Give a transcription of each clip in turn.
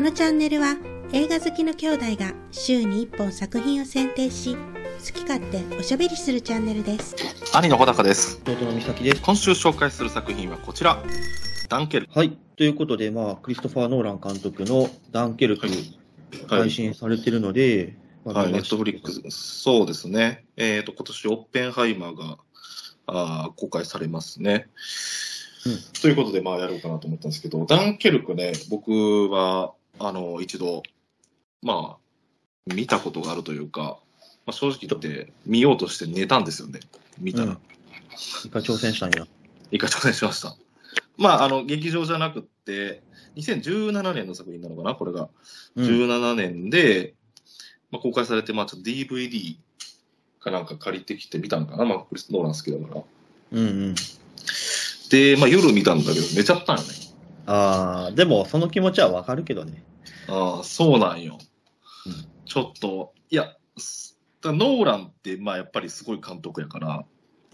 のチャンネルは映画好きの兄弟が週に1本作品を選定し好き勝手おしゃべりするチャンネルです兄の穂高です。弟の美咲です。今週紹介する作品はこちら。ダンケル。はい。ということで、まあ、クリストファー・ノーラン監督のダンケルク、は配い。信されてるので、はい、ネットフリックス。ス。そうですね。えっ、と、今年、オッペンハイマーが、あー公開されますね。うんということで、まあ、やろうかなと思ったんですけど、ダンケルクね、僕は、あの、一度、まあ、見たことがあるというか、まあ、正直言って、見ようとして寝たんですよね。見たら。うん一回挑戦したんや。一回挑戦しました。まあ、あの、劇場じゃなくって、2017年の作品なのかな、これが。うん。 17年で、まあ、公開されて、まあ、ちょっと DVD かなんか借りてきて見たんかな、まあ、クリス・ノーラン好きだから。うんうん。で、まあ、夜見たんだけど、寝ちゃったんよね。あー、でも、その気持ちはわかるけどね。ああ、そうなんよ。うんちょっと、いや、すだからノーランって、まあ、やっぱりすごい監督やから、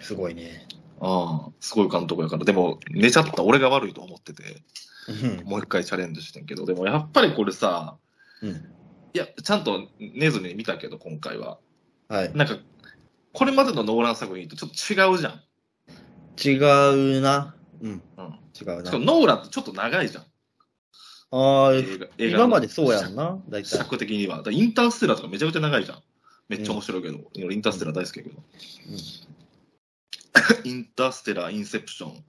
すごいね。ああ、すごい監督やから、でも、寝ちゃった俺が悪いと思ってて、うん。もう一回チャレンジしてんけど、でも、やっぱりこれさ、うん。いや、ちゃんと寝ずに見たけど、今回は。はい。なんか、これまでのノーラン作品とちょっと違うじゃん。違うな。うん。うん違うしなかも。ノーランってちょっと長いじゃん。あー、映画映画の今までそうやんな。大尺体。尺的には。だからインターステラーとかめちゃくちゃ長いじゃん。めっちゃ面白いけど、俺インターステラー大好きやけど。インターステラー、インセプション、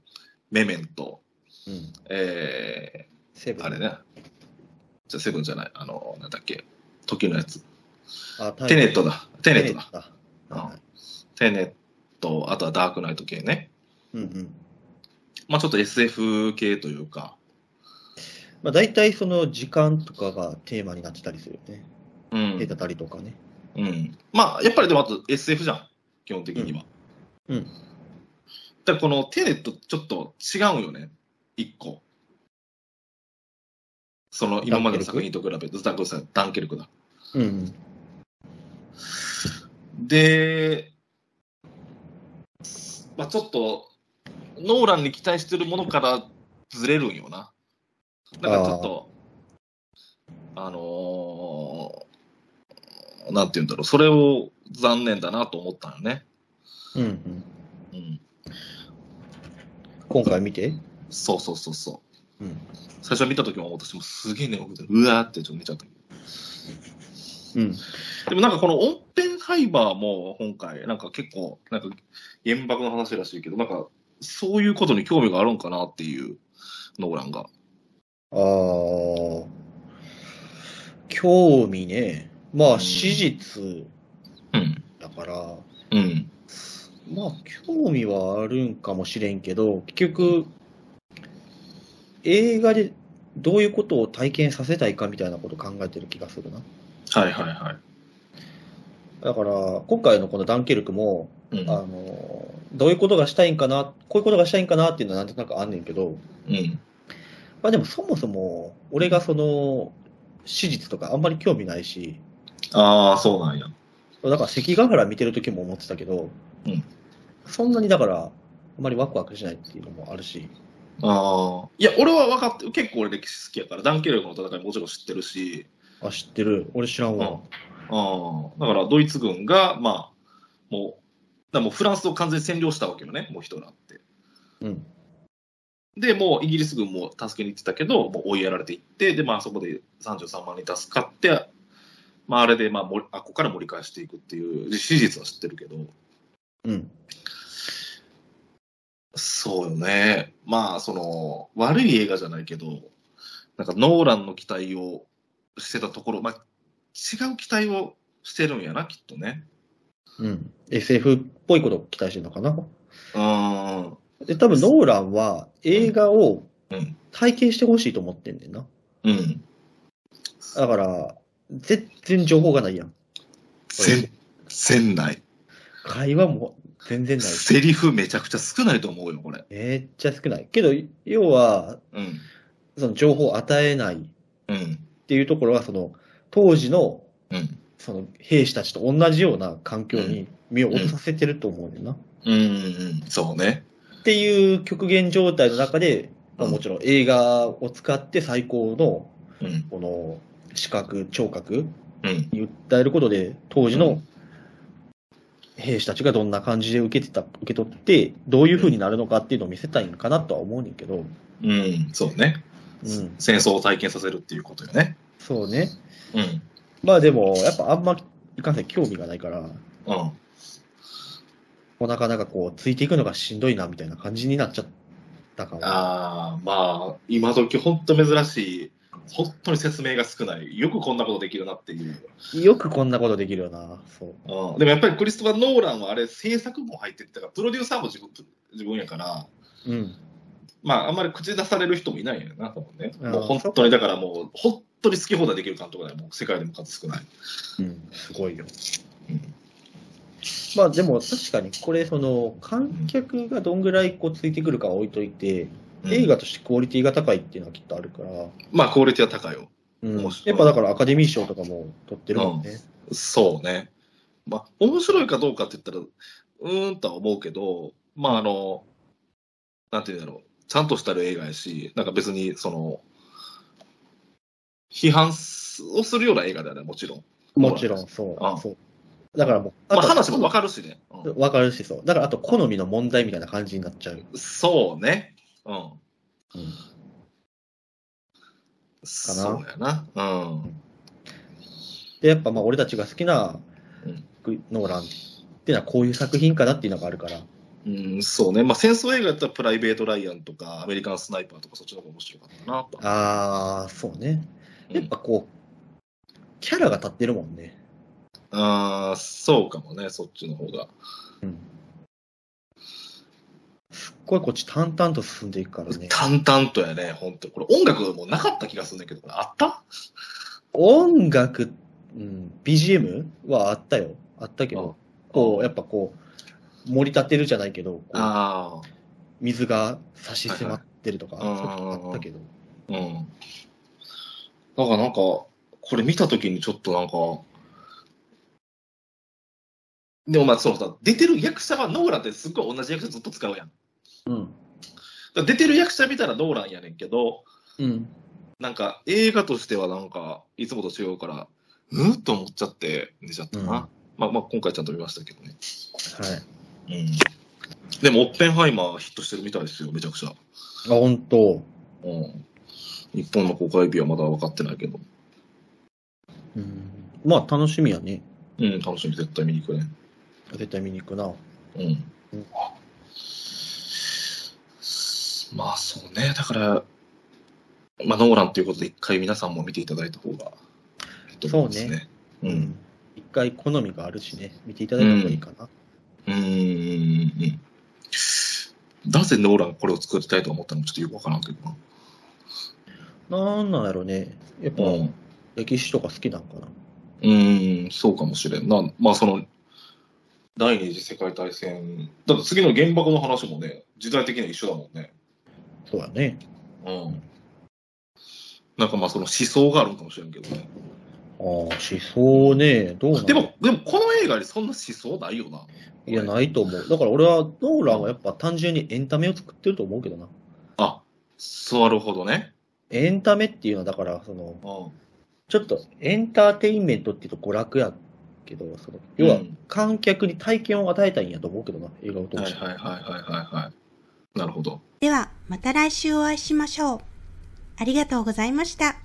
メメント、うん。うん。えセブー、ン。あれ。ね。じゃあセブンじゃない。あの、なんだっけ。時のやつ。あ、テネットだ。テテネットだ。だ。はテネット、あとはダークナイト系ね。いうんうん。まあちょっと SF 系というか。まあ、大体その時間とかがテーマになってたりするよね。うん出たたりとかね。うん。まあ、やっぱりでもあと SF じゃん、基本的には。うんうんだからこのテネットちょっと違うよね、一個。その今までの作品と比べて、ダンケルクダンケルクだ。うん。で、まあちょっと、ノーランに期待してるものからずれるんよな。なんかちょっと、あのーなんて言うんだろう、それを残念だなと思ったんよね。うん、うん。うん、今回見て。そうそうそうそう。うん。最初見た時も私もすげえ寝起きて、うわーってちょっと寝ちゃったけうん。ど。でもなんかこのオッペンハイマーも今回、なんか結構、なんか原爆の話らしいけど、なんかそういうことに興味があるんかなっていう、ノーランが。あー。興味ね。まあ、史実うん。だから、うん。まあ、興味はあるんかもしれんけど、結局、映画でどういうことを体験させたいかみたいなことを考えてる気がするな。はいはいはだから、今回のこのダンケルクも、い。うん。あのどういうことがしたいんかな、こういうことがしたいんかなっていうのはなんとなくあんねんけど、うん。まあ、でもそもそも俺がその史実とかあんまり興味ないし、ああ、そうなんや。だから関ヶ原見てる時も思ってたけど、うんそんなにだから、あんまりワクワクしないっていうのもあるし、ああ。いや、俺は分かって、結構俺歴史好きやから、ダンケルクの戦いもちろん知ってるし、あ、知ってる、俺知らんわ。ああだからドイツ軍が、まあ、もう、だからもうフランスを完全に占領したわけよね、もうヒトラーって。うん。で、もうイギリス軍も助けに行ってたけど、もう追いやられていって、で、まあそこで33万人助かって、まああれで、まあ、もりあここから盛り返していくっていう、史実は知ってるけど、うん。そうよね。まあ、その、悪い映画じゃないけど、なんかノーランの期待をしてたところ、まあ、違う期待をしてるんやな、きっとね。うん。SF っぽいことを期待してるのかな。うん。で、多分ノーランは映画をうん。体験してほしいと思ってんねんな。うん。だから、全然情報がないやん。全然ない。会話も全然ない。セリフめちゃくちゃ少ないと思うよ、これ。めっちゃ少ない。けど、要は、うん。その情報を与えないっうん。ていうところは、その、当時の、うん。その、兵士たちと同じような環境に身を落とさせてると思うねんな。うんうん。そうね。っていう極限状態の中で、まあうんもちろん映画を使って最高のうん。この視覚、聴覚うん。に訴えることで、当時の兵士たちがどんな感じで受けてた、受け取って、どういう風になるのかっていうのを見せたいんかなとは思うねんけど、うん、そうね。うん、戦争を体験させるっていうことよね。そうね。うん。まあでも、やっぱあんま、いかんせん興味がないから、うん。もうなかなかこう、ついていくのがしんどいな、みたいな感じになっちゃったから。ああ、まあ、今時本当珍しい、本当に説明が少ない、よくこんなことできるなっていう。よくこんなことできるよな、そう。うん、でもやっぱりクリストファー・ノーランはあれ、制作も入ってってたから、プロデューサーも自分自分やから、うん。まあ、あんまり口出される人もいないんやな、多分ね。あーもう本当に、だからもう、本当に好き放題できる監督だよ、もう世界でも数少ない。うん、すごいよ。うんまあでも確かにこれ、その観客がどんぐらいこうついてくるかは置いといて、映画としてクオリティが高いっていうのはきっとあるから、まあ、クオリティは高いよ。うん、や面白いっぱだからアカデミー賞とかも取ってるもんね。そうね。まあ、面白いかどうかって言ったら、うーんとは思うけど、まあ、あの、なんていうんだろう、ちゃんとしたる映画やし、なんか別に、その、批判すをするような映画だよね、もちろん。もちろんそうあそう。だからもう、まあ、と話もわかるしね。うんわかるしそう。だからあと好みの問題みたいな感じになっちゃう。そうね。うん。うんそうやな。うん。で、やっぱまあ俺たちが好きなうんノーランっていうのはこういう作品かなっていうのがあるから。うん、そうね。まあ、戦争映画やったらプライベート・ライアンとか、アメリカン・スナイパーとか、そっちの方が面白かったなと。ああ、そうね。やっぱこう、キャラが立ってるもんね。ああ、そうかもね、そっちの方が。すっごいこっち淡々と進んでいくからね。淡々とやね、本当これ音楽もなかった気がするんだけど、これあった音楽、うん、BGM はあったよ。あったけど、こう、やっぱこう、盛り立てるじゃないけど、こうああ、水が差し迫ってるとか、はいはいそういうのあったけど。うん。だからなんか、これ見たときにちょっとなんか、でもまあそうさ、出てる役者がノーランってすっごい同じ役者ずっと使うやん。だかうん。ら出てる役者見たらノーランやねんけど、うん。なんか映画としてはなんか、いつもと違うから、うんと思っちゃって寝ちゃったな。うんまあまあ今回ちゃんと見ましたけどね。はい。うん。でもオッペンハイマーヒットしてるみたいですよ、めちゃくちゃ。あ、本当。うん。日本の公開日はまだ分かってないけど、うん。まあ、楽しみやね。うん、楽しみ、絶対見に行くね。絶対見に行くな。うん。うんまあそうね、だから、まあ、ノーランということで、一回皆さんも見ていただいた方がいいと思いますね。う。。うん一回好みがあるしね、見ていただいた方がいいかな。うーん。うんなぜノーランがこれを作りたいと思ったのかちょっとよくわからんけどな。なんなんやろね。やっぱ、うん。歴史とか好きなんかな。うーん、そうかもしれんな。まあ、その、第二次世界大戦、だって次の原爆の話もね、時代的には一緒だもんね。そうやね。うん。なんかまあ、その思想があるんかもしれんけどね。ああ、思想ね、どうなので、も、でもこの映画にそんな思想ないよな。いや、ないと思う。だから俺は、ノーランはやっぱ単純にエンタメを作ってると思うけどな。あ、そうなるほどね。エンタメっていうのは、だから、その、うん。ちょっとエンターテインメントっていうと娯楽やけど、その、要はうん観客に体験を与えたいんやと思うけどな、映画を通はいはいして。はいはいはいはい。なるほど。では、また来週お会いしましょう。ありがとうございました。